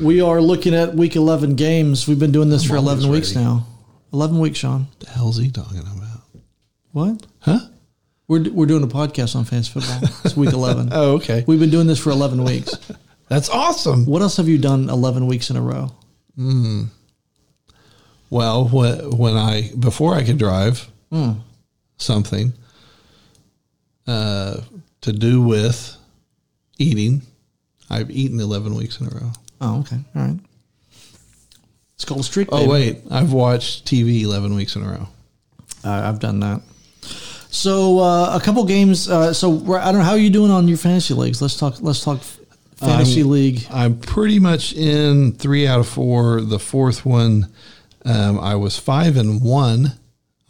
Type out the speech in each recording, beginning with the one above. we are looking at week 11 games. We've been doing this for 11 weeks now. 11 weeks, Sean. the hell's he talking about? What? Huh? We're, we're doing a podcast on fantasy football. It's week 11. Oh, okay. We've been doing this for 11 weeks. That's awesome. What else have you done 11 weeks in a row? Well, wh- when I before I could drive something uh, to do with eating, I've eaten eleven weeks in a row. Oh, okay. All right. It's called a streak. Oh baby. wait, I've watched TV eleven weeks in a row. I, I've done that. So uh, a couple games. Uh, so we're- I don't know how are you doing on your fantasy leagues. Let's talk. Let's talk f- Um, fantasy league. I'm pretty much in three out of four. The fourth one, um, I was five and one.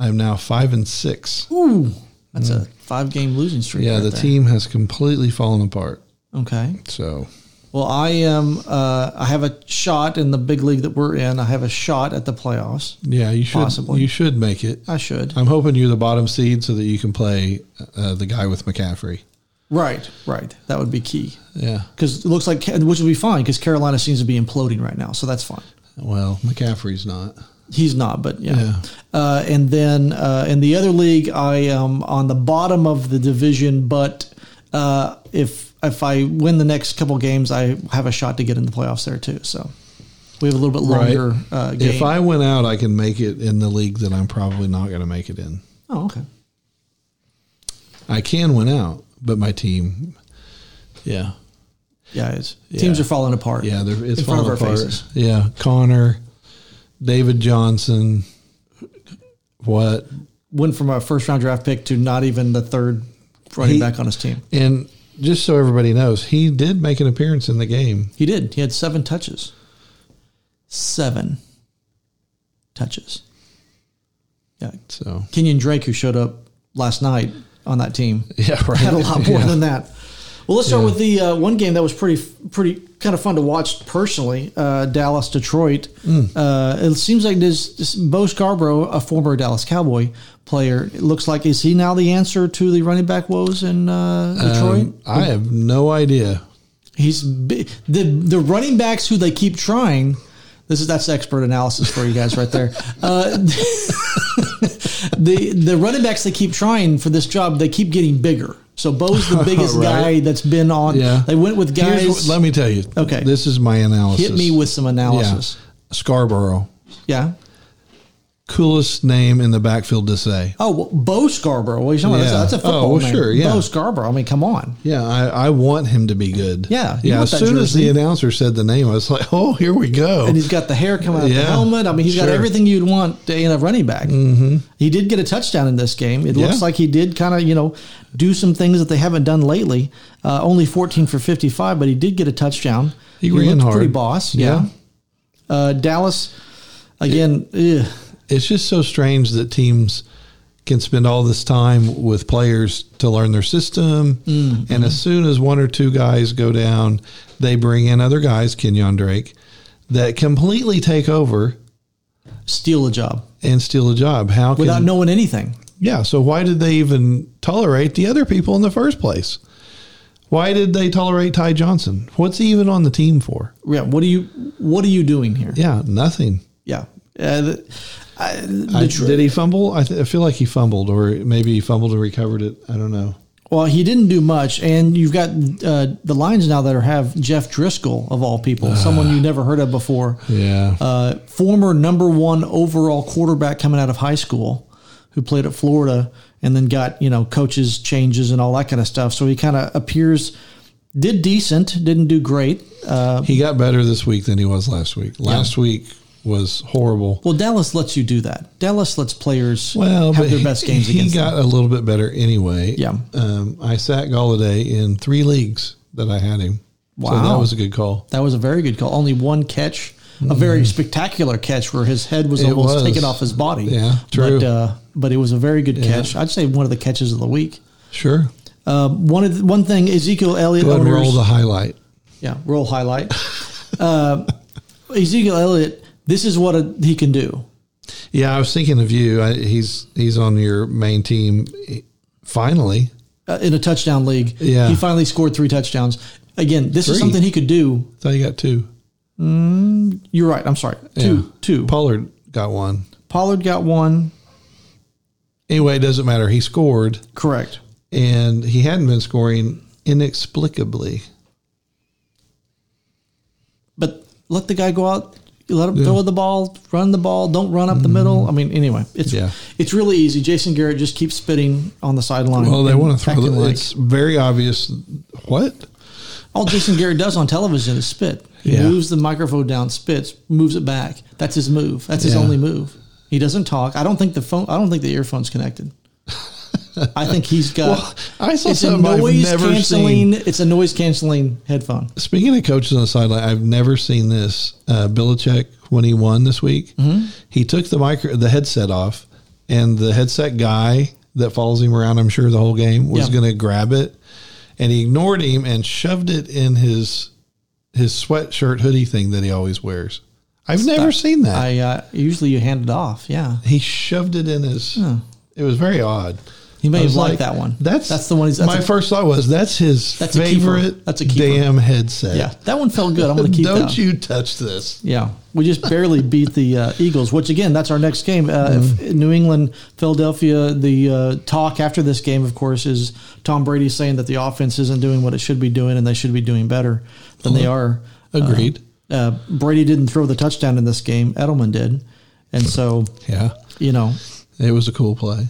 I'm now five and six. Ooh, that's a five game losing streak. mm. Yeah, right the there. team has completely fallen apart. Okay. So Well, I am. Uh, I have a shot in the big league that we're in. I have a shot at the playoffs. yeah, you should Possibly. you should make it. I should. I'm hoping you're the bottom seed so that you can play uh, the guy with McCaffrey. Right. Right. That would be key Yeah. because it looks like Ca- which would be fine because Carolina seems to be imploding right now. So that's fine. Well, McCaffrey's not. He's not, but you know. Yeah. Uh, and then uh, in the other league, I am on the bottom of the division. But uh, if if I win the next couple games, I have a shot to get in the playoffs there too. So we have a little bit longer uh, game. If I went out, I can make it in the league that I'm probably not going to make it in. oh, okay. I can win out, but my team, yeah, Yeah, it's, teams Yeah. are falling apart. yeah, they're, it's in front of falling our apart. faces. Yeah, Connor, David Johnson, what? Went from a first round draft pick to not even the third running He- back on his team. And just so everybody knows, he did make an appearance in the game. He did. He had seven touches. Seven touches. Yeah. So Kenyon Drake, who showed up last night on that team, yeah, right. had a lot more Yeah. than that. Well, let's start Yeah. with the uh, one game that was pretty, pretty kind of fun to watch personally. Uh, Dallas, Detroit. Mm. Uh, it seems like this, this Bo Scarborough, a former Dallas Cowboy player, it looks like is he now the answer to the running back woes in uh, Detroit? Um, I have no idea. He's bi- the the running backs who they keep trying. This is that's expert analysis for you guys right there. Uh, the the running backs they keep trying for this job they keep getting bigger. So Bo's the biggest Right. guy that's been on. Yeah. They went with Here's guys. what- let me tell you. Okay. This is my analysis. hit me with some analysis. Yeah. Scarborough. Yeah. Coolest name in the backfield to say. Oh, well, Bo Scarborough. What are you talking about? Yeah. That's, that's a Oh, football well, name. sure, yeah. Bo Scarborough. I mean, come on. Yeah, I, I want him to be good. Yeah, you Yeah. want As that soon as jersey. the announcer said the name, I was like, oh, here we go. And he's got the hair coming out of the Yeah, helmet. I mean, he's got sure. everything you'd want in a running back. Mm-hmm. He did get a touchdown in this game. It looks Yeah. like he did kind of, you know, do some things that they haven't done lately. Uh, only 14 for 55, but he did get a touchdown. He ran looked hard. pretty boss. Yeah. Uh, Dallas, again, ugh. It's just so strange that teams can spend all this time with players to learn their system. Mm-hmm. And as soon as one or two guys go down, they bring in other guys, Kenyon Drake, that completely take over steal a job and steal a job. How can without knowing anything. Yeah. So why did they even tolerate the other people in the first place? Why did they tolerate Ty Johnson? What's he even on the team for? Yeah. What are you, what are you doing here? Yeah, nothing. Yeah. Uh, the, I, I, Detroit- did he fumble? I, th- I feel like he fumbled, or maybe he fumbled and recovered it. I don't know. Well, he didn't do much, and you've got uh, the Lions now that are, have Jeff Driscoll of all people, someone you never heard of before, Ah. Yeah. uh, former number one overall quarterback coming out of high school, who played at Florida, and then got you know coaches changes and all that kind of stuff. So he kind of appears did decent, didn't do great. Uh, he got better this week than he was last week. Last week was horrible. well, Dallas lets you do that. Dallas lets players Well, have but their he- best games He against got them. a little bit better anyway. Yeah. Um, I sat Galladay in three leagues that I had him. So Wow. that was a good call. That was a very good call. Only one catch, a very spectacular catch where his head was almost Mm. was. taken off his body. Yeah, true. But, uh, but it was a very good catch. I'd say one of the catches of the week. Sure. Uh, one of the, one thing Ezekiel Elliott Go ahead and owners- roll the highlight. yeah roll highlight. uh, Ezekiel Elliott, this is what a, he can do. Yeah, I was thinking of you. I, he's he's on your main team. Finally, Uh, in a touchdown league, Yeah. he finally scored three touchdowns. Again, this is Three. something he could do I thought you got two. You're right. I'm sorry. Two. Yeah. Two. Pollard got one. Pollard got one. Anyway, it doesn't matter. He scored, Correct. and he hadn't been scoring inexplicably. But let the guy go out. You let him throw the ball, run the ball. Don't run up the middle. I mean, anyway, it's Mm-hmm. Yeah. it's really easy. Jason Garrett just keeps spitting on the sideline. Well, they and want to throw. acting The, like, it's very obvious. What? all Jason Garrett does on television is spit. He Yeah. moves the microphone down, spits, moves it back. That's his move. That's his Yeah. only move. He doesn't talk. I don't think the phone. I don't think the earphone's connected. I think he's got. Well, I saw it's a something I've noise never canceling. It's a noise canceling headphone. Speaking of coaches on the sideline, I've never seen this. Uh, Billichek, when he won this week, Mm-hmm. he took the micro, the headset off, and the headset guy that follows him around, I'm sure the whole game, was Yeah. going to grab it, and he ignored him and shoved it in his his sweatshirt hoodie thing that he always wears. I've never seen that. I uh, usually you hand it off. Yeah, he shoved it in his. It was very odd. he may I have was liked like, that one. That's that's the one. He's, that's my a- first thought was that's his That's a keeper. favorite. That's a keeper. damn headset. Yeah, that one felt good. I'm going to keep Don't that. you touch this. Yeah, we just barely beat the uh, Eagles, which again, that's our next game. Uh, if New England, Philadelphia. The uh, talk after this game, of course, is Tom Brady saying that the offense isn't doing what it should be doing, and they should be doing better than they are. Agreed. Uh, Brady didn't throw the touchdown in this game. Edelman did, and so yeah. you know It was a cool play.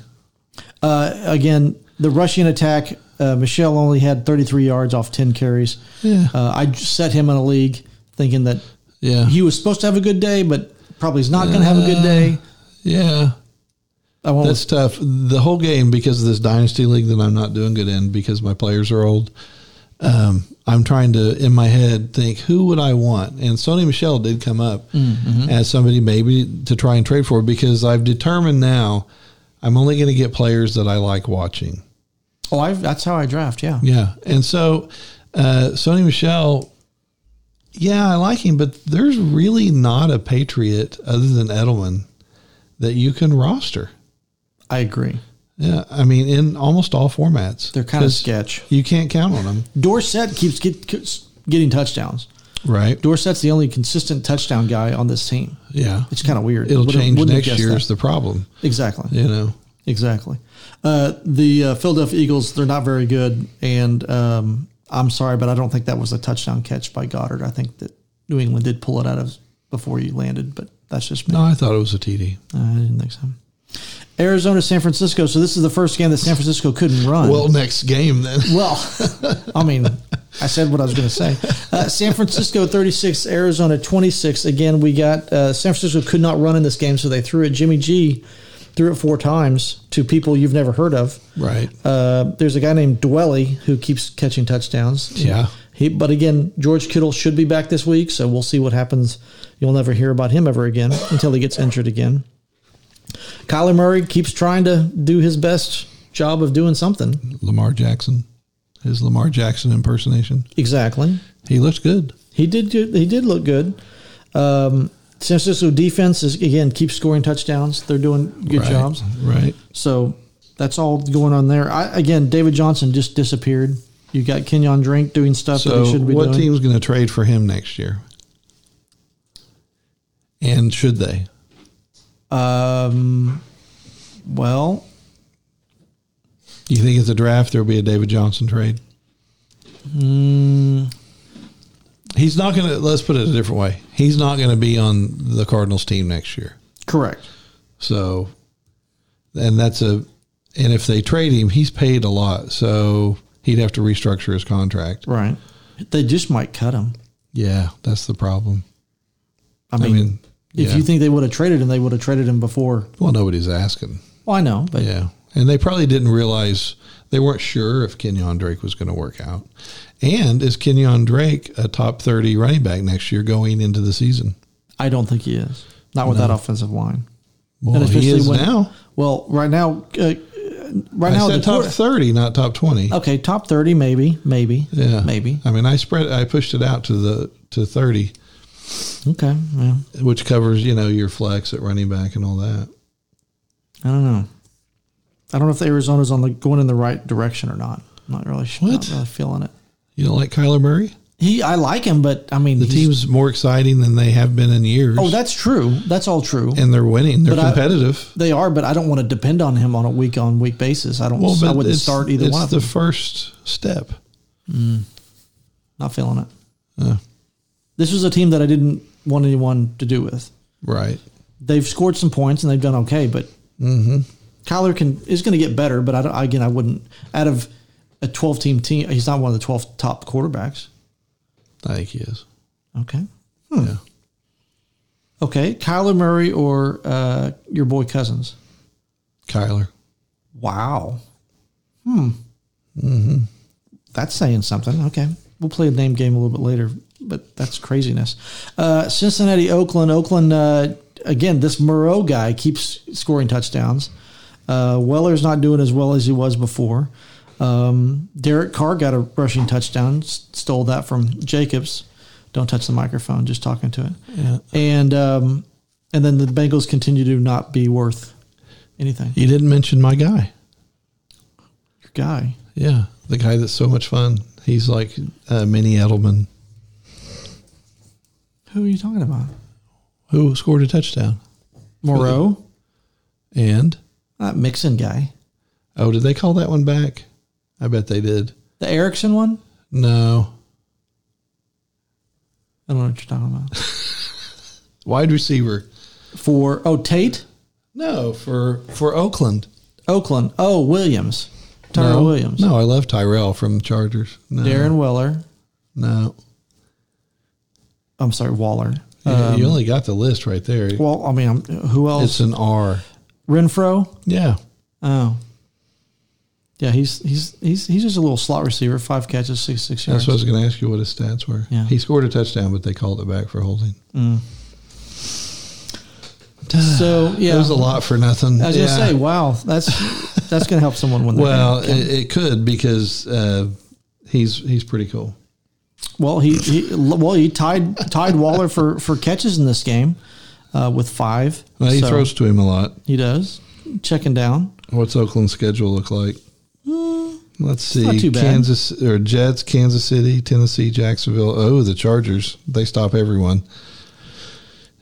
uh, again, the rushing attack, uh, Michelle only had 33 yards off 10 carries. Yeah. Uh, I j- set him in a league thinking that Yeah. he was supposed to have a good day, but probably is not going to have a good day. yeah. I won't. That's tough. The whole game because of this dynasty league that I'm not doing good in because my players are old. Um, I'm trying to in my head think who would I want, and Sony Michelle did come up Mm-hmm. as somebody maybe to try and trade for because I've determined now I'm only going to get players that I like watching. oh, I've, that's how I draft. Yeah. Yeah. And so uh, Sony Michelle, yeah, I like him, but there's really not a Patriot other than Edelman that you can roster. I agree. Yeah. I mean, in almost all formats, They're kind of 'Cause sketch. You can't count on them. Dorsett keeps get, keeps getting touchdowns. Right. Dorsett's the only consistent touchdown guy on this team. Yeah. It's kind of weird. It'll Wouldn't- change wouldn't have next guessed year is the problem, that. Exactly. you know? Exactly. Uh, the uh, Philadelphia Eagles, they're not very good. And um, I'm sorry, but I don't think that was a touchdown catch by Goddard. I think that New England did pull it out of before you landed, but that's just me. No, I thought it was a TD. I didn't think so. Arizona, San Francisco. So this is the first game that San Francisco couldn't run. Well, next game then. Well, I mean, I said what I was going to say. Uh, San Francisco 36, Arizona 26. Again, we got uh, San Francisco could not run in this game, so they threw it. Jimmy G threw it four times to people you've never heard of. right. Uh, there's a guy named Dwelly who keeps catching touchdowns. Yeah. He, but again, George Kittle should be back this week, so we'll see what happens. You'll never hear about him ever again until he gets injured again. Kyler Murray keeps trying to do his best job of doing something. Lamar Jackson. His Lamar Jackson impersonation. Exactly. He looks good. He did. good- He did look good. Um, San Francisco defense is again keeps scoring touchdowns. They're doing good Right. jobs. Right. So that's all going on there. I, again, David Johnson just disappeared. You got Kenyon Drink doing stuff that So, he shouldn't be what doing. team's going to trade for him next year? And should they? Um, well, Do you think at the draft there'll be a David Johnson trade? Mm. He's not going to. Let's put it a different way. He's not going to be on the Cardinals team next year. correct. So, and that's a. And if they trade him, he's paid a lot, so he'd have to restructure his contract. Right. They just might cut him. Yeah, that's the problem. I I mean, mean, if yeah. you think they would have traded him, they would have traded him before. well, nobody's asking. Well, I know, but Yeah. And they probably didn't realize they weren't sure if Kenyon Drake was going to work out. And is Kenyon Drake a top 30 running back next year going into the season? I don't think he is. Not with that offensive line. Well, And he especially is when- now. Well, right now, uh, right I now said top quarter- 30, not top 20. Okay, top thirty, maybe, maybe, yeah. Oh, maybe. I mean, I spread I pushed it out to the to 30, Okay, yeah. which covers, you know, your flex at running back and all that. I don't know. I don't know if the Arizona's on the going in the right direction or not. I'm not really sure. What? Not really feeling it. You don't like Kyler Murray? He, I like him, but I mean, The he's- team's more exciting than they have been in years. Oh, that's true. That's all true. and they're winning. They're But I- competitive. They are, but I don't want to depend on him on a week on week basis. I don't. I but wouldn't it's- start either it's one of the them. first step. Not feeling it. Uh, This was a team that I didn't want anyone to do with. right. They've scored some points and they've done okay, but Mm-hmm. Kyler can is going to get better. But I don't, again, I wouldn't. Out of a twelve team team, he's not one of the twelve top quarterbacks. I think he is. Okay. Hmm. Yeah. Okay, Kyler Murray or uh, your boy Cousins. Kyler. Wow. Hmm. Mm-hmm. That's saying something. Okay. We'll play a name game a little bit later, but that's craziness. Uh, Cincinnati, Oakland. Oakland, uh, again, this Moreau guy keeps scoring touchdowns. Uh, Weller's not doing as well as he was before. Um, Derek Carr got a rushing touchdown, s- stole that from Jacobs. Don't touch the microphone, just talking to it. Yeah. And um, and then the Bengals continue to not be worth anything. You didn't mention my guy. Your guy. Yeah. The guy that's so much fun. He's like uh, Minnie Edelman, Who are you talking about? who scored a touchdown. Moreau? And, That Mixon guy. oh, did they call that one back? I bet they did. The Erickson one? No. I don't know what you're talking about. Wide receiver. For, oh, Tate? No, for for Oakland. Oakland. Oh, Williams. Tyrell no. Williams. No, I love Tyrell from Chargers. No. Darren Weller. No. I'm sorry, Waller. You- Uh, you only got the list right there. well, I mean, I'm, who else? It's an R. Renfro? Yeah. Oh. Yeah, he's he's he's he's just a little slot receiver, five catches, six six yards. That's what I was going to ask you what his stats were. Yeah. He scored a touchdown, but they called it back for holding. so yeah, That was a lot for nothing. I was Yeah. gonna say, wow, that's that's gonna help someone win. the Well, game. it, it could because uh, he's he's pretty cool. Well, he, he well he tied tied Waller for for catches in this game uh, with five. Well, he So, throws to him a lot. He does checking down. What's Oakland's schedule look like? Let's see. Hmm. not too bad. Kansas or Jets, Kansas City, Tennessee, Jacksonville. Oh, the Chargers. They stop everyone.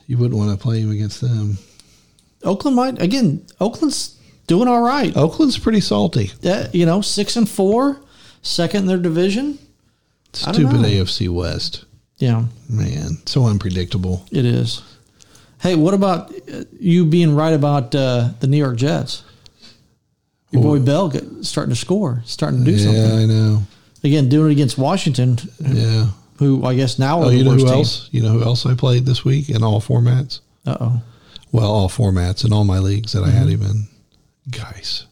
You wouldn't want to play him against them. Oakland might again. Oakland's doing all right. Oakland's pretty salty. Uh, you know, six and four, second in their division. don't Stupid know. AFC West. Yeah, Man, so unpredictable. it is. Hey, what about uh, you being right about uh, the New York Jets? Your boy Bell get, starting to score, starting to do yeah, something I know. again. Doing it against Washington, Yeah. who I guess now are Oh, the you know worst who team. else? You know who else I played this week in all formats? Uh oh. Well, all formats in all my leagues that I had Mm-hmm. him in. Guys.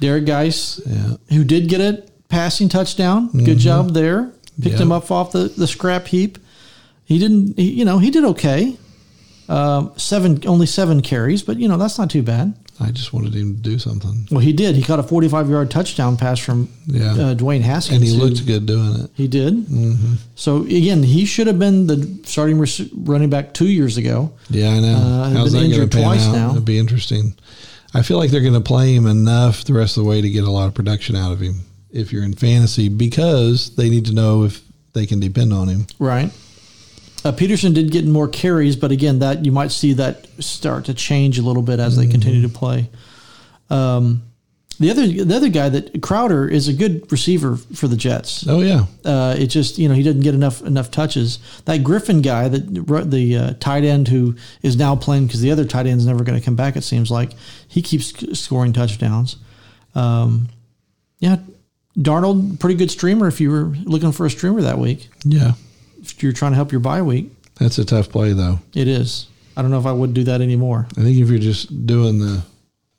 Derek Geis, Yeah. who did get a passing touchdown. Good job there. Picked Mm-hmm. Yeah. him up off the, the scrap heap. He didn't, he, you know, he did okay. Um, seven, only seven carries, but you know that's not too bad. I just wanted him to do something. Well, he did. He caught a forty-five yard touchdown pass from Yeah. uh, Dwayne Haskins, and he who- looked Mm-hmm. good doing it. He did. So again, he should have been the starting rec- running back two years ago. Yeah, I know. Uh, he's been How's that going injured to pan twice out? now. It'd be interesting. I feel like they're going to play him enough the rest of the way to get a lot of production out of him if you're in fantasy because they need to know if they can depend on him. Right. Uh, Peterson did get more carries, but again, that you might see that start to change a little bit as they continue to play. Um, the other the other guy that Crowder is a good receiver for the Jets. Oh yeah, Uh, it just you know he didn't get enough enough touches. That Griffin guy that ru- the uh, tight end who is now playing because the other tight end's never going to come back. It seems like he keeps sc- scoring touchdowns. Um, yeah, Darnold, pretty good streamer if you were looking for a streamer that week yeah. if you're trying to help your bye week, That's a tough play though. it is. I don't know if I would do that anymore. I think if you're just doing the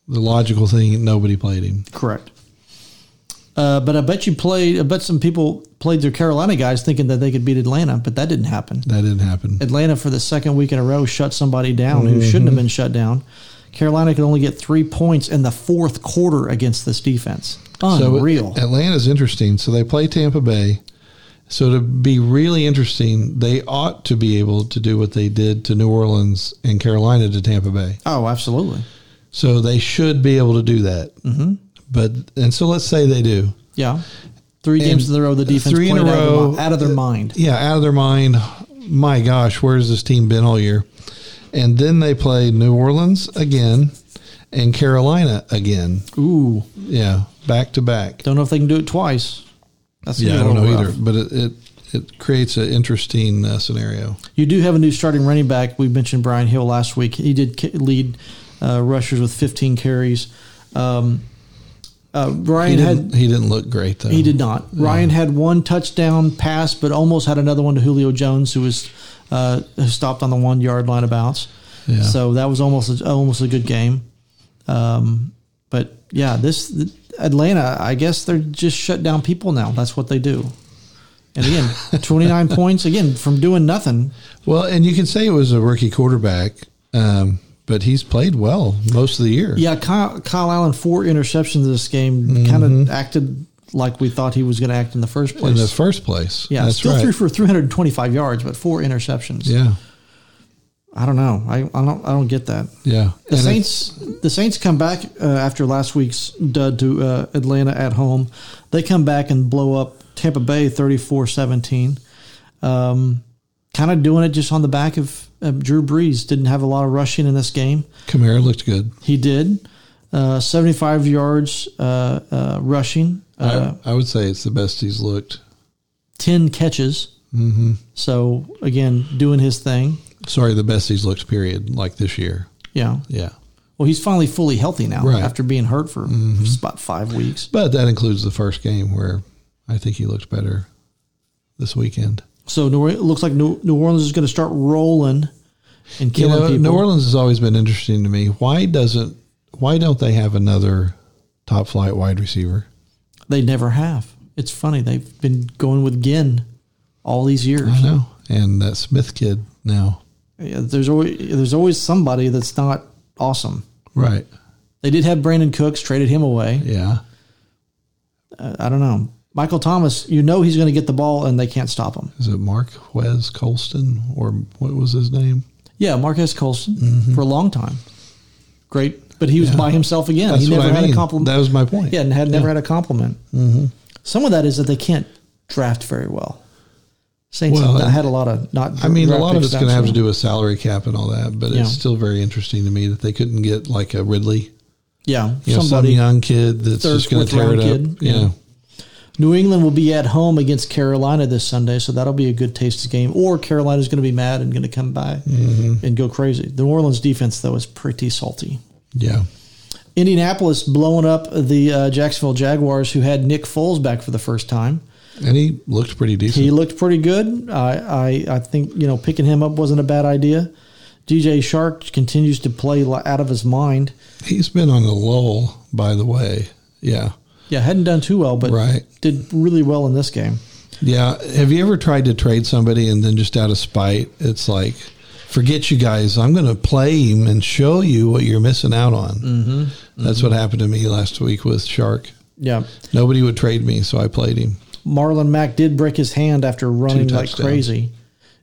the logical thing, nobody played him. Correct. Uh, but I bet you played. I bet some people played their Carolina guys thinking that they could beat Atlanta, but that didn't happen. That didn't happen. Atlanta for the second week in a row shut somebody down who Mm-hmm. shouldn't have been shut down. Carolina could only get three points in the fourth quarter against this defense. Unreal. So uh, Atlanta's interesting. So they play Tampa Bay. So to be really interesting, they ought to be able to do what they did to New Orleans and Carolina to Tampa Bay. oh, absolutely. So they should be able to do that. Mm-hmm. But and so let's say they do. Yeah. Three games And in a row, the defense three in played a out, of their, mi- row, uh, out of their mind. yeah, out of their mind. My gosh, where's this team been all year? And then they played New Orleans again and Carolina again. Ooh, Yeah, back to back. don't know if they can do it twice. That's gonna be Yeah, a I don't know little either, rough. but it it, it creates an interesting uh, scenario. You do have a new starting running back. We mentioned Brian Hill last week. He did ca- lead uh, rushers with 15 carries. Um, uh, He Ryan had didn't, he didn't look great though. he did not. Ryan had one touchdown pass, but almost had another one to Julio Jones, who was uh, who stopped on the one yard line of bounds. Yeah. So that was almost a, almost a good game. Um, but yeah, this th- Atlanta, I guess they're just shut down people now. That's what they do. And again, 29 points again from doing nothing. Well, and you can say it was a rookie quarterback, um, but he's played well most of the year. Yeah, Kyle, Kyle Allen four interceptions this game. Kind of acted like we thought he was going to act in the first Mm-hmm. in place. the first place. yeah, that's still right. threw for 325 yards, but four interceptions. yeah, I don't know. I, I don't I don't get that. yeah. The And it- Saints the Saints come back uh, after last week's dud to uh, Atlanta at home. They come back and blow up Tampa Bay 34-17. Um, kind of doing it just on the back of uh, Drew Brees didn't have a lot of rushing in this game. Kamara looked good. He did. Uh, 75 yards uh, uh, rushing, uh, I, I would say it's the best he's looked. 10 catches. Mm-hmm. So, again, doing his thing. Sorry, the best he's looked. Period. Like this year. Yeah. Yeah, Well, he's finally fully healthy now Right. Mm-hmm. after being hurt for about five weeks. but that includes the first game where I think he looked better this weekend. So, New, it looks like New, New Orleans is going to start rolling and You killing know, people. New Orleans has always been interesting to me. Why doesn't? Why don't they have another top flight wide receiver? They never have. It's funny. They've been going with Ginn all these years. I know. And that Smith kid now. Yeah, there's, always, there's always somebody that's not awesome. Right. They did have Brandon Cooks, traded him away. Yeah. I don't know. Michael Thomas, you know he's going to get the ball and they can't stop him. Is it Mark Wes Colston or what was his name? Yeah, Marquez Colston Mm-hmm. for a long time. Great, but he was by himself again. That's he never what I had mean. a compliment. That was Mm-hmm. my point. yeah, and had never had a compliment. Some of that is that they can't draft very well. Saints Well, have not and- had a lot of not. I mean, a draft lot of picks it's going to that have to strong. do with salary cap and all that, but Yeah. it's still very interesting to me that they couldn't get like a Ridley, Yeah, you know, some somebody. young kid that's third, just going fourth to tear it up. round kid. Yeah. Yeah. New England will be at home against Carolina this Sunday, so that'll be a good tasty game. Or Carolina's going to be mad and going to come by Mm-hmm. and go crazy. The New Orleans defense though is pretty salty. Yeah. Indianapolis blowing up the uh, Jacksonville Jaguars, who had Nick Foles back for the first time. And he looked pretty decent. He looked pretty good. I, I, I think you know picking him up wasn't a bad idea. DJ Shark continues to play li- out of his mind. He's been on a lull, by the way. Yeah. Yeah, hadn't done too well, but Right. did really well in this game. Yeah. Have you ever tried to trade somebody and then just out of spite, it's like, forget you guys. I'm going to play him and show you what you're missing out on. Mm-hmm. That's what happened to me last week with Shark. Yeah, Nobody would trade me, so I played him. Marlon Mack did break his hand after running like touchdowns. crazy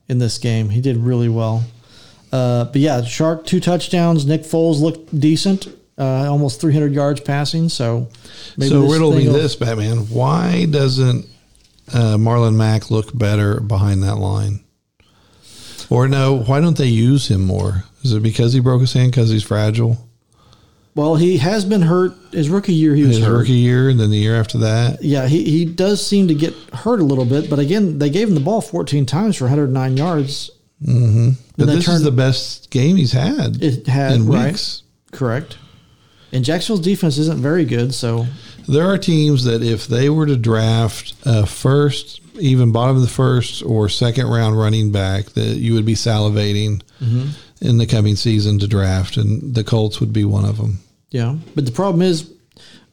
in this game. He did really well. Uh, but yeah, Shark two touchdowns. Nick Foles looked decent, uh, almost 300 yards passing. So maybe so riddle me thing'll- this, Batman. Why doesn't uh, Marlon Mack look better behind that line? Or no, why don't they use him more? Is it because he broke his hand because he's fragile? Well, he has been hurt. His rookie year, he was His hurt. rookie year and then the year after that? Yeah, he, he does seem to get hurt a little bit, but again, they gave him the ball 14 times for 109 yards. Mm-hmm. But they this is turned- the best game he's had It had in right, weeks. correct. And Jacksonville's defense isn't very good, so There are teams that if they were to draft a first, even bottom of the first or second round running back, that you would be salivating Mm-hmm. in the coming season to draft, and the Colts would be one of them. yeah. But the problem is,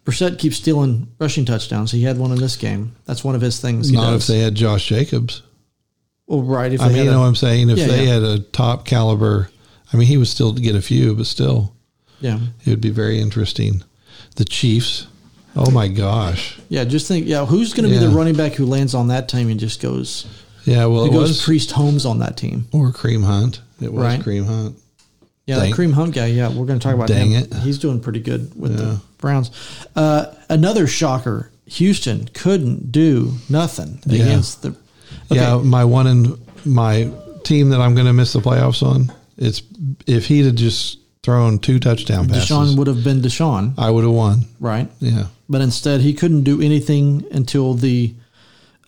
Brissett keeps stealing rushing touchdowns. He had one in this game. That's one of his things. He Not does. if they had Josh Jacobs. well, right. If I they mean, had you a- know what I'm saying? If Yeah, they yeah. had a top caliber, I mean, he would still get a few, but still, yeah, it would be very interesting. The Chiefs. Oh my gosh. yeah. Just think, yeah. Who's going to be Yeah. the running back who lands on that team and just goes, Yeah, well, who it goes was Priest Holmes on that team? Or Cream Hunt. It was Right. Cream Hunt. Yeah, Dang. that Cream Hunt guy. Yeah, we're going to talk about Dang him. it. He's doing pretty good with the Browns. Uh, another shocker Houston couldn't do nothing Yeah. against the. Yeah, Okay. my one and my team that I'm going to miss the playoffs on. It's if he'd have just thrown two touchdown passes, Deshaun would have been Deshaun, I would have won. right? Yeah, But instead, he couldn't do anything until the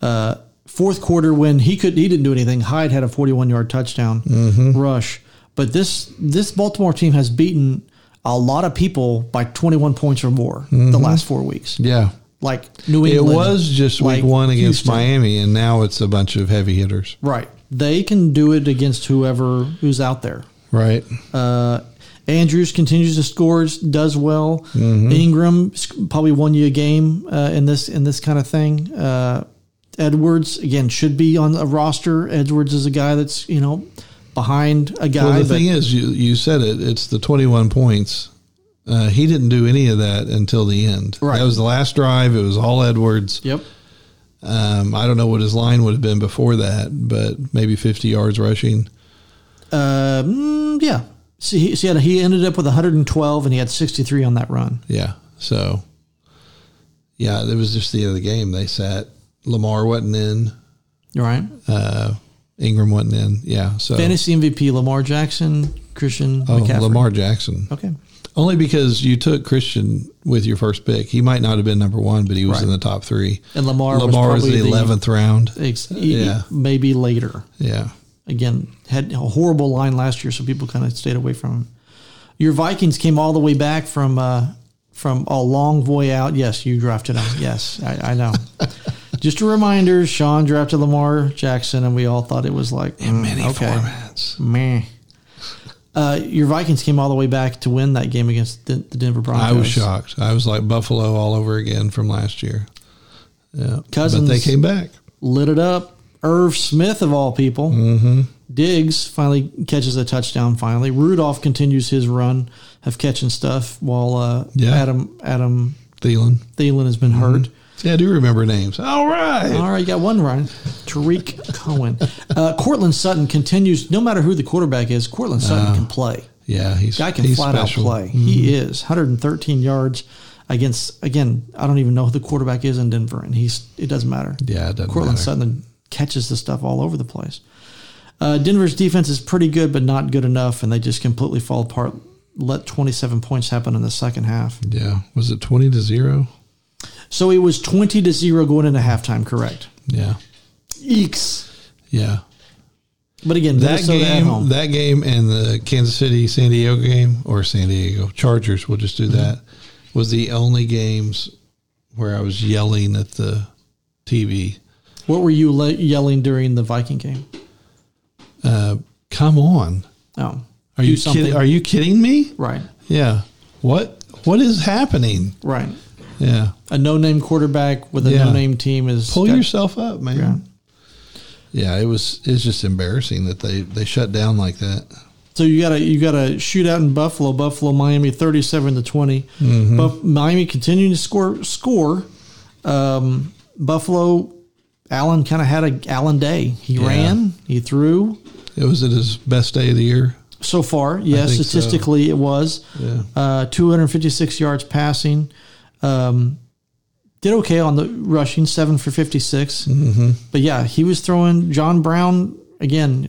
uh, fourth quarter when he could he didn't do anything. Hyde had a 41 yard touchdown Mm-hmm. rush. But this this Baltimore team has beaten a lot of people by 21 points or more the Mm-hmm. last four weeks. yeah. Like New It England, was just week like one against Houston. Miami, and now it's a bunch of heavy hitters. right. They can do it against whoever who's out there. Right. Uh, Andrews continues to score, does well. Mm-hmm. Ingram sc- probably won you a game uh, in this in this kind of thing. Uh, Edwards again should be on a roster. Edwards is a guy that's you know behind a guy. Well, the but- thing is, you you said it. It's the 21 points. Uh, he didn't do any of that until the end. Right. That was the last drive. It was all Edwards. yep, Um, I don't know what his line would have been before that, but maybe 50 yards rushing. uh, mm, yeah. See, he, see, he ended up with 112, and he had 63 on that run. Yeah. So, yeah, it was just the end of the game. They sat. Lamar wasn't in. Right, Uh, Ingram wasn't in. Yeah. So, fantasy MVP Lamar Jackson, Christian oh, McCaffrey. Lamar Jackson. Okay, Only because you took Christian with your first pick. He might not have been number one, but he was Right. in the top three. and Lamar. Lamar was, was probably the 11th round. Ex- Yeah. maybe later. Yeah. again had a horrible line last year, so people kind of stayed away from him. Your Vikings came all the way back from uh, from a long way out. Yes, you drafted him. Yes, I, I know. Just a reminder: Sean drafted Lamar Jackson, and we all thought it was like mm, Many okay, formats. meh. Uh, your Vikings came all the way back to win that game against the, the Denver Broncos. I was shocked. I was like Buffalo all over again from last year. Yeah. Cousins- But they came back. lit it up. Irv Smith, of all people, Diggs finally catches a touchdown. Finally, Rudolph continues his run of catching stuff while uh, Yeah. Mm-hmm. Adam Adam Thielen. Thielen has been hurt. Yeah, I do remember names. All right. All right, you got one run. Tariq Cohen, uh, Cortland Sutton continues. No matter who the quarterback is, Cortland Sutton can play. Yeah, he's Guy can he's flat special. Mm-hmm. out play. He is 113 yards against again. I don't even know who the quarterback is in Denver, and he's it doesn't matter. Yeah, it doesn't Cortland matter. Sutton catches the stuff all over the place. Uh, Denver's defense is pretty good, but not good enough, and they just completely fall apart. Let 27 points happen in the second half. Yeah, was it twenty to zero? So it was 20 to zero going into halftime. Correct. Yeah, Eeks. yeah. But again, That Minnesota at game, home. that game, and the Kansas City San Diego game, or San Diego Chargers, we'll just do Mm-hmm. that. Was the only games where I was yelling at the TV. what were you le- yelling during the Viking game? Uh, come on, Oh, are do you kidding? Are you kidding me? right, Yeah. What What is happening? right. Yeah. a no-name quarterback with a Yeah. no-name team is Pull got- yourself up, man. Yeah. Yeah, it was. It's just embarrassing that they they shut down like that. so you got a you got a shootout in Buffalo, Buffalo, Miami, thirty-seven to 20 Mm-hmm. But Miami continuing to score score. Um, Buffalo, Allen kind of had a Allen day. He Yeah. ran, he threw. It was at his best day of the year. So far, yes, think so. statistically it was Yeah. uh, two hundred fifty-six yards passing. Um, did okay on the rushing, seven for 56 Mm-hmm. But yeah, he was throwing John Brown again.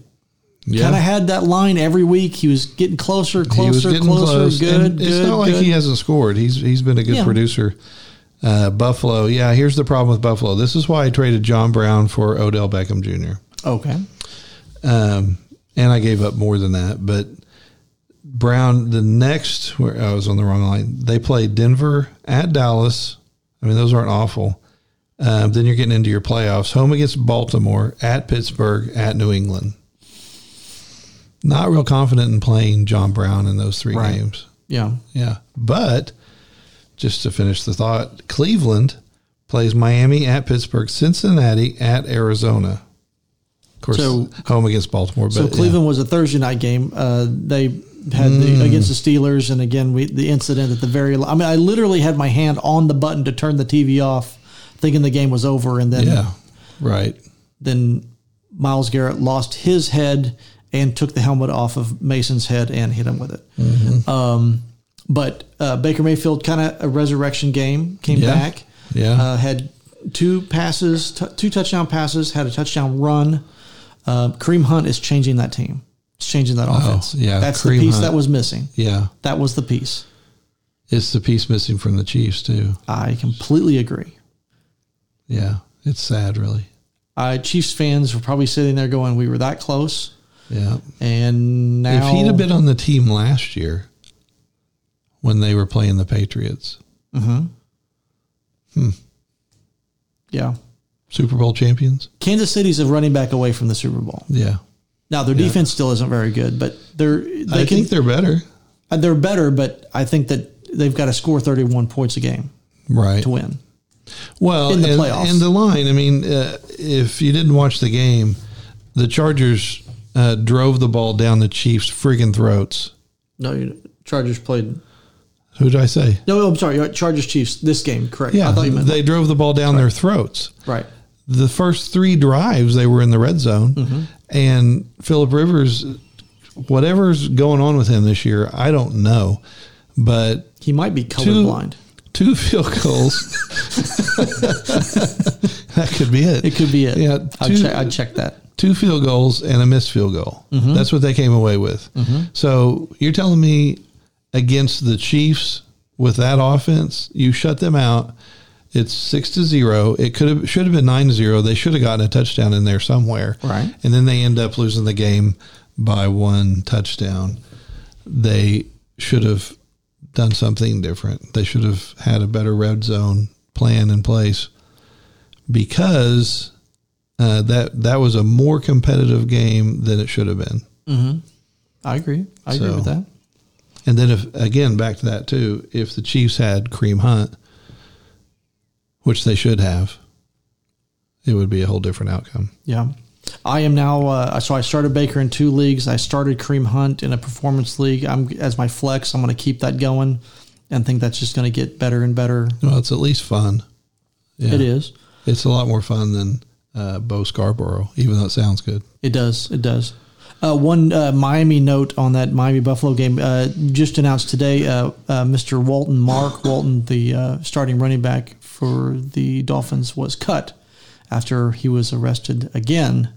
Yeah. kind of had that line every week. He was getting closer, he was closer, getting closer. close. Good, and good. it's not like good. he hasn't scored. He's he's been a good Yeah. producer. Uh, Buffalo, yeah. Here's the problem with Buffalo. This is why I traded John Brown for Odell Beckham Jr. okay, Um, and I gave up more than that. But Brown, the next where I was on the wrong line, they play Denver at Dallas. I mean, those aren't awful. Um, then you're getting into your playoffs: home against Baltimore, at Pittsburgh, at New England. Not real confident in playing John Brown in those three Right. games. yeah, Yeah. But just to finish the thought, Cleveland plays Miami at Pittsburgh, Cincinnati at Arizona. Of course, So- home against Baltimore. But so yeah. Cleveland was a Thursday night game. Uh, they had Mm. the against the Steelers, and again we the incident at the very. I mean, I literally had my hand on the button to turn the TV off, thinking the game was over, and then Yeah. Right. then Miles Garrett lost his head and took the helmet off of Mason's head and hit him with it. Mm-hmm. Um, but uh, Baker Mayfield kind of a resurrection game came Yeah. back. Yeah. Uh, had two passes, t- two touchdown passes, had a touchdown run. Uh, Kareem Hunt is changing that team. It's changing that offense. Oh, yeah, That's the Kareem piece Hunt. that was missing. Yeah. That was the piece. It's the piece missing from the Chiefs, too. I completely agree. Yeah. It's sad, really. Uh, Chiefs fans were probably sitting there going, "We were that close," Yeah. and now If he'd have been on the team last year when they were playing the Patriots, yeah. Super Bowl champions. Kansas City's a running back away from the Super Bowl. Yeah. Now their defense still isn't very good, but they're they I can, think they're better. Uh, They're better, but I think that they've got to score 31 points a game Right. to win. Well, in the and, playoffs. and the line. I mean, uh, if you didn't watch the game, the Chargers uh, drove the ball down the Chiefs' friggin' throats. No, you- Chargers played. Who did I say? No, I'm sorry. uh, Chargers Chiefs this game, correct? Yeah, I thought you meant they drove the ball down their throats. right. The first three drives, they were in the red zone, and Philip Rivers, whatever's going on with him this year, I don't know, but He might be colorblind. two field goals. that could be it. It could be it. Yeah, I'd, two- check, I'd check that. two field goals and a missed field goal. That's what they came away with. So you're telling me against the Chiefs with that offense, you shut them out. It's six to zero. It could have should have been nine to zero. They should have gotten a touchdown in there somewhere. Right. And then they end up losing the game by one touchdown. They should have done something different. They should have had a better red zone plan in place because uh, that that was a more competitive game than it should have been. I agree. I agree So- with that. And then if again back to that too, if the Chiefs had Cream Hunt, which they should have, it would be a whole different outcome. Yeah. I am now. Uh, so I started Baker in two leagues. I started Kareem Hunt in a performance league. I'm as my flex. I'm going to keep that going, and think that's just going to get better and better. Well, it's at least fun. Yeah. It is. It's a lot more fun than uh, Bo Scarborough, even though it sounds good. It does. It does. Uh, one uh, Miami note on that Miami Buffalo game uh, just announced today. Uh, uh, Mr. Walton, Mark Walton, the uh, starting running back for the Dolphins, was cut after he was arrested again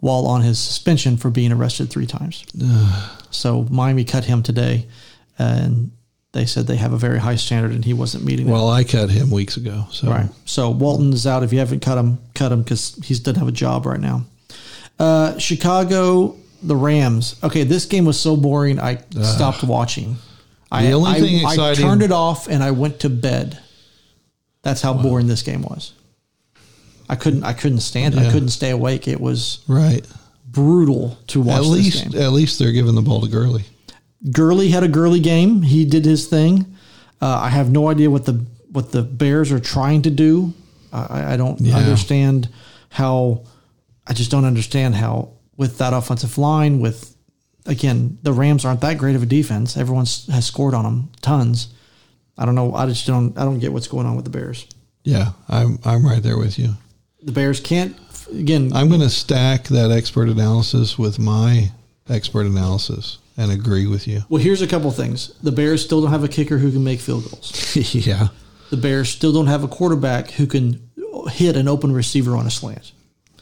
while on his suspension for being arrested three times. so Miami cut him today, and they said they have a very high standard, and he wasn't meeting. Well, I cut him weeks ago, so Right. Um, So Walton's out. If you haven't cut him, cut him because he doesn't have a job right now. Uh, Chicago, the Rams. Okay, this game was so boring. I stopped watching. I, The only I- thing I exciting- turned it off and I went to bed. That's how boring this game was. I couldn't. I couldn't stand it. I Yeah. couldn't stay awake. It was right. brutal to watch. At this least game. at least they're giving the ball to Gurley. Gurley had a Gurley game. He did his thing. Uh, I have no idea what the what the Bears are trying to do. I, I don't Yeah. understand how. I just don't understand how with that offensive line. With again, the Rams aren't that great of a defense. Everyone s- has scored on them tons. I don't know. I just don't. I don't get what's going on with the Bears. Yeah, I'm I'm right there with you. The Bears can't. Again, I'm going to stack that expert analysis with my expert analysis and agree with you. well, here's a couple things. The Bears still don't have a kicker who can make field goals. yeah. the Bears still don't have a quarterback who can hit an open receiver on a slant.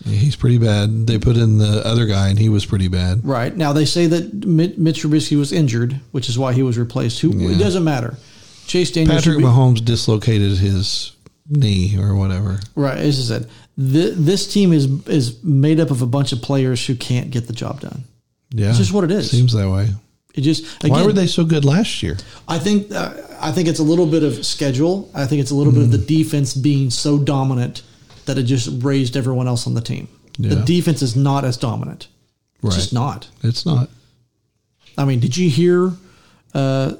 He's pretty bad. They put in the other guy and he was pretty bad. Right now, they say that Mi- Mitch Trubisky was injured, which is why he was replaced. Who it doesn't matter. Chase Daniel Patrick should be- Mahomes dislocated his knee or whatever. Right, this is it. Th- this team is is made up of a bunch of players who can't get the job done. Yeah. just what it is. Seems that way. It just again, Why were they so good last year? I think uh, I think it's a little bit of schedule. I think it's a little bit of Mm-hmm. the defense being so dominant that it just raised everyone else on the team. The Yeah. defense is not as dominant. It's Right. just not. It's not. I mean, did you hear uh,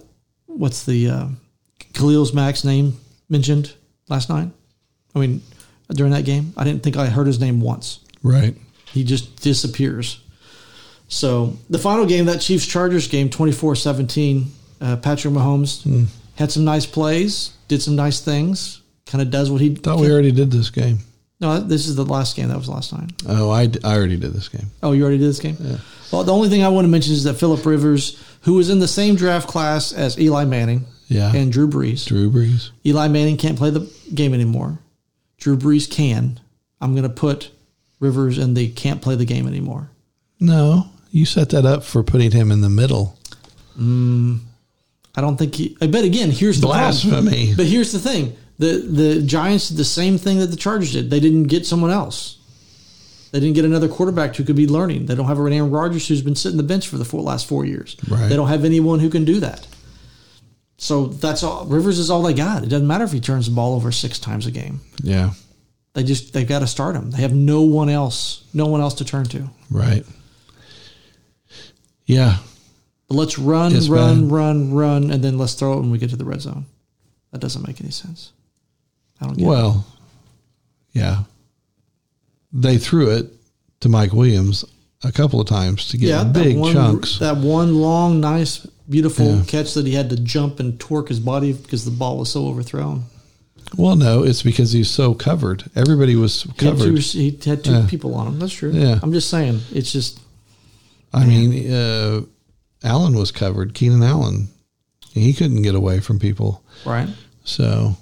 what's the uh, Khalil's Max name mentioned last night? I mean, during that game, I didn't think I heard his name once. Right. He just disappears. So the final game, that Chiefs Chargers game, 24 17, uh, Patrick Mahomes Hmm. had some nice plays, did some nice things, kind of does what he. Thought we already did this game. no, this is the last game. That was last night. Oh, I, d- I already did this game. Oh, you already did this game? Yeah. Well, the only thing I want to mention is that Philip Rivers, who was in the same draft class as Eli Manning, Yeah. and Drew Brees. Drew Brees. Eli Manning can't play the game anymore. Drew Brees can. I'm going to put Rivers in the can't play the game anymore. No, you set that up for putting him in the middle. I don't think he. I bet again. Here's the problem. Blasphemy. But here's the thing: the the Giants did the same thing that the Chargers did. They didn't get someone else. They didn't get another quarterback who could be learning. They don't have an Aaron Rodgers who's been sitting the bench for the four, last four years. Right. They don't have anyone who can do that. So that's all. Rivers is all they got. It doesn't matter if he turns the ball over six times a game. Yeah. They just they've got to start him. They have no one else, no one else to turn to. Right. Yeah. But let's run, Yes, run, man. run, run, and then let's throw it when we get to the red zone. That doesn't make any sense. I don't get it. Well, yeah. They threw it to Mike Williams a couple of times to get big that one, chunks. That one long, nice, beautiful Yeah. catch that he had to jump and torque his body because the ball was so overthrown. well, no, it's because he's so covered. Everybody was He had two, covered. rec- he had two people on him. That's true. Yeah. I'm just saying. It's just I mean, uh, Allen was covered. Keenan Allen, he couldn't get away from people. right. So,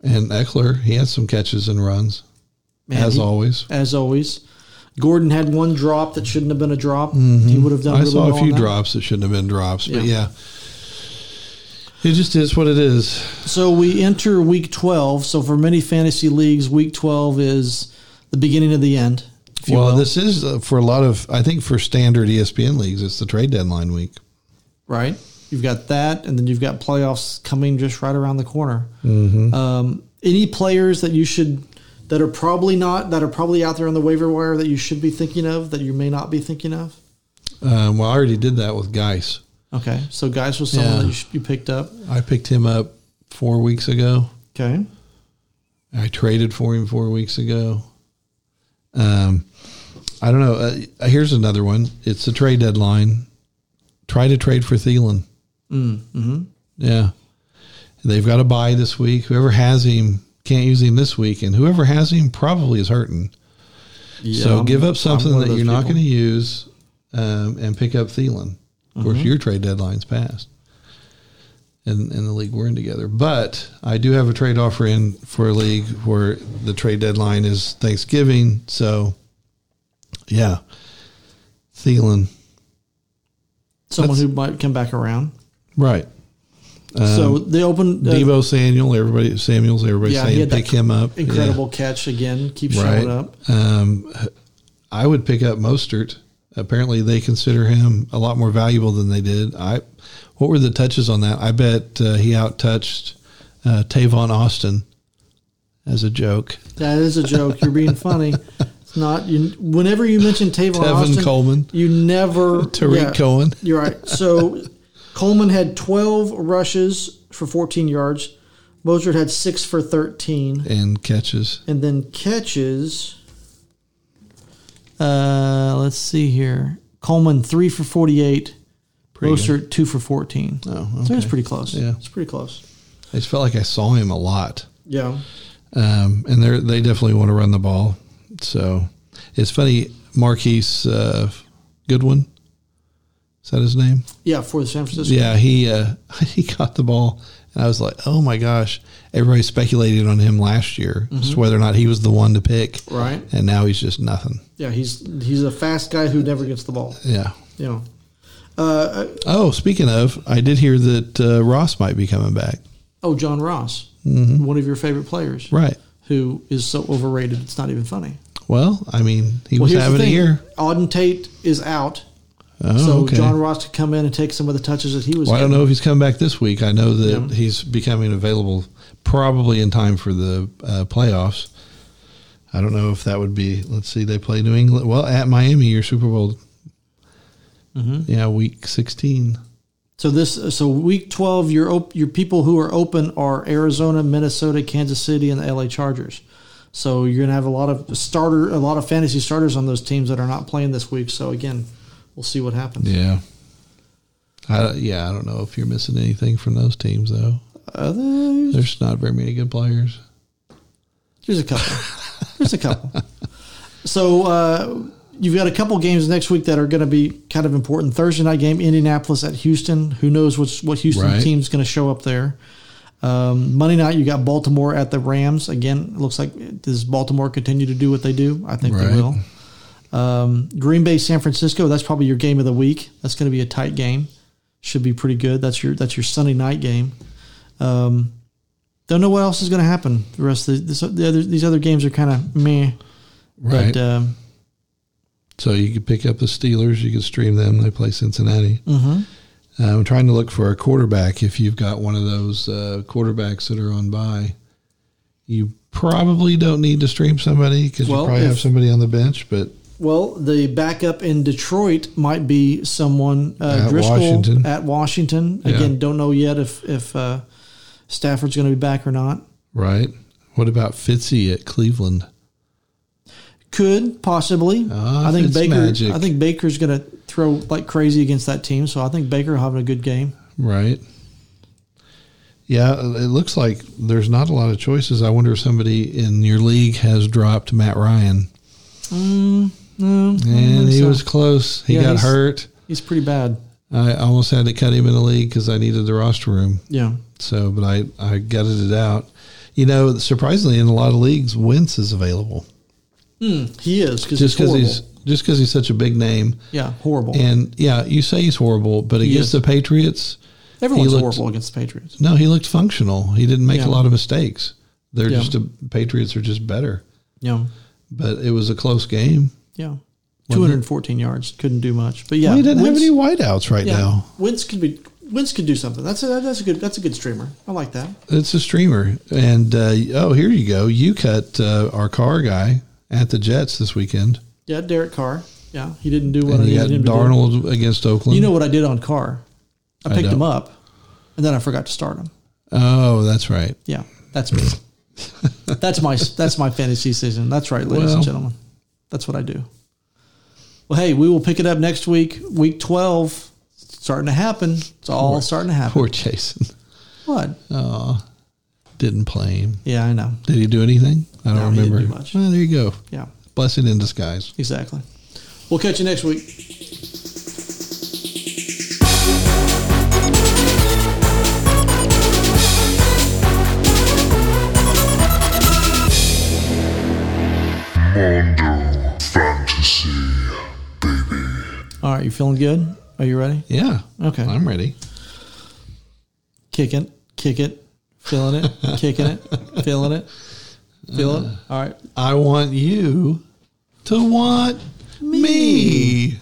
and Eckler, he had some catches and runs Man, as he- always. as always, Gordon had one drop that shouldn't have been a drop. He would have done. Mm-hmm. I really saw well a on few that. drops that shouldn't have been drops, but Yeah. yeah. It just is what it is. So we enter week 12. So for many fantasy leagues, week 12 is the beginning of the end. if you Well, will. this is uh, for a lot of, I think for standard E ESPN leagues, it's the trade deadline week. right? You've got that, and then you've got playoffs coming just right around the corner. Mm-hmm. Um, any players that you should that are probably not that are probably out there on the waiver wire that you should be thinking of that you may not be thinking of? Um, well, I already did that with Geis. Okay, so guys was someone Yeah. that you, sh- you picked up. I picked him up four weeks ago. Okay, I traded for him four weeks ago. Um, I don't know. Uh, here's another one. It's the trade deadline. Try to trade for Thielen. Mm, mm-hmm. Yeah. They've got a buy this week. Whoever has him can't use him this week, and whoever has him probably is hurting. so I'm- give I'm up something one of that those you're not people. going to use um, and pick up Thielen. Of course, Mm-hmm. your trade deadline's passed in, in the league we're in together. But I do have a trade offer in for a league where the trade deadline is Thanksgiving. So, yeah, Thielen. someone who might come back around. Right. so they open uh, Um, Debo Samuel, everybody, Samuel's, everybody Yeah, he saying had that pick him up. incredible catch again, keeps Yeah, showing right. up. Um, I would pick up Mostert. Apparently, they consider him a lot more valuable than they did. I, what were the touches on that? I bet uh, he out touched uh, Tavon Austin as a joke. That is a joke. You're being funny. It's not. You, whenever you mention Tavon Tevin Austin, Coleman. you never Tariq yeah, Cohen. You're right. So Coleman had 12 rushes for 14 yards. Mozart had six for 13, and catches. and then catches. Uh, let's see here. Coleman three for 48. Pretty good. Mozart two for 14. Oh, So okay. it's pretty close. Yeah. it's pretty close. I just felt like I saw him a lot. Yeah. Um, and they they definitely want to run the ball. So it's funny, Marquise uh, Goodwin. Is that his name? Yeah, for the San Francisco. Yeah, he uh, he caught the ball, and I was like, "Oh my gosh!" Everybody speculated on him last year as to whether or not he was the one to pick, Mm-hmm. Right. and now he's just nothing. Yeah, he's he's a fast guy who never gets the ball. Yeah. You know. Uh, Oh, speaking of, I did hear that uh, Ross might be coming back. Oh, John Ross, Mm-hmm. one of your favorite players, Right. who is so overrated it's not even funny. Well, I mean, he Well, here's was the having a thing: year. Auden Tate is out, Oh, so okay. John Ross could come in and take some of the touches that he was. well, I don't know if he's coming back this week. I know that Yeah. he's becoming available probably in time for the uh, playoffs. I don't know if that would be. Let's see, they play New England. Well, at Miami, your Super Bowl. Yeah, week sixteen. So this, so week twelve, your op- your people who are open are Arizona, Minnesota, Kansas City, and the LA Chargers. So you're gonna have a lot of starter, a lot of fantasy starters on those teams that are not playing this week. So again, we'll see what happens. Yeah. I, yeah, I don't know if you're missing anything from those teams though. Other, There's not very many good players. There's a couple. There's a couple. So uh, you've got a couple games next week that are going to be kind of important. Thursday night game, Indianapolis at Houston. Who knows what's, what Houston Right. team's going to show up there? Um, Monday night, you got Baltimore at the Rams. Again, it looks like does Baltimore continue to do what they do? I think Right. they will. Um, Green Bay, San Francisco. That's probably your game of the week. That's going to be a tight game. Should be pretty good. That's your that's your Sunday night game. Um, don't know what else is going to happen. The rest of the, this, the other these other games are kind of meh. Right. But um, so you could pick up the Steelers. You could stream them. They play Cincinnati. mhm. Uh, I'm trying to look for a quarterback. If you've got one of those uh, quarterbacks that are on by, you probably don't need to stream somebody because Well, you probably have if- somebody on the bench. But Well, the backup in Detroit might be someone uh, At Driscoll Washington. at Washington. Again, don't know yet if if uh, Stafford's going to be back or not. right, what about Fitzy at Cleveland? Could possibly. Ah, I think it's Baker. magic. I think Baker's going to throw like crazy against that team. So I think Baker having a good game. Right. Yeah, it looks like there's not a lot of choices. I wonder if somebody in your league has dropped Matt Ryan. Mm, No, And he so. was close. He Yeah, got he's- hurt. he's pretty bad. I almost had to cut him in the league because I needed the roster room. Yeah. So, but I, I gutted it out. You know, surprisingly, in a lot of leagues, Wentz is available He is because he's, just because horrible. he's just because he's such a big name. yeah horrible. And yeah, you say he's horrible, but is. against the Patriots, Everyone's he looked- horrible against the Patriots. No, he looked functional. He didn't make Yeah. a lot of mistakes. They're Yeah. just a, Patriots are just better. Yeah. But it was a close game. Yeah. 214 yards. Couldn't do much. But yeah, we didn't Wentz- have any whiteouts right now. Wentz could be Wentz could do something. That's a that's a good that's a good streamer. I like that. It's a streamer. And uh, oh, here you go. You cut uh, our car guy at the Jets this weekend. Yeah, Derek Carr. Yeah, he didn't do what and I you needed got him to do. Darnold against Oakland. You know what I did on Carr? I I picked him don't. up, and then I forgot to start him. oh, that's right. Yeah, that's me. that's my that's my fantasy season. That's right, ladies and Well. gentlemen. That's what I do. Well, hey, we will pick it up next week, week twelve. It's starting to happen. It's all starting to happen. Poor Jason. What? Oh, didn't play him. Yeah, I know. Did he do anything? I don't No, he didn't remember. do much. Well, there you go. Yeah, Blessing in disguise. exactly. We'll catch you next week. Mondo Fantasy, baby. All right, you feeling good? Are you ready? Yeah. Okay. I'm ready. kicking, kick it, feeling it, kicking it, feeling it, feeling it. All right. I want you to want me.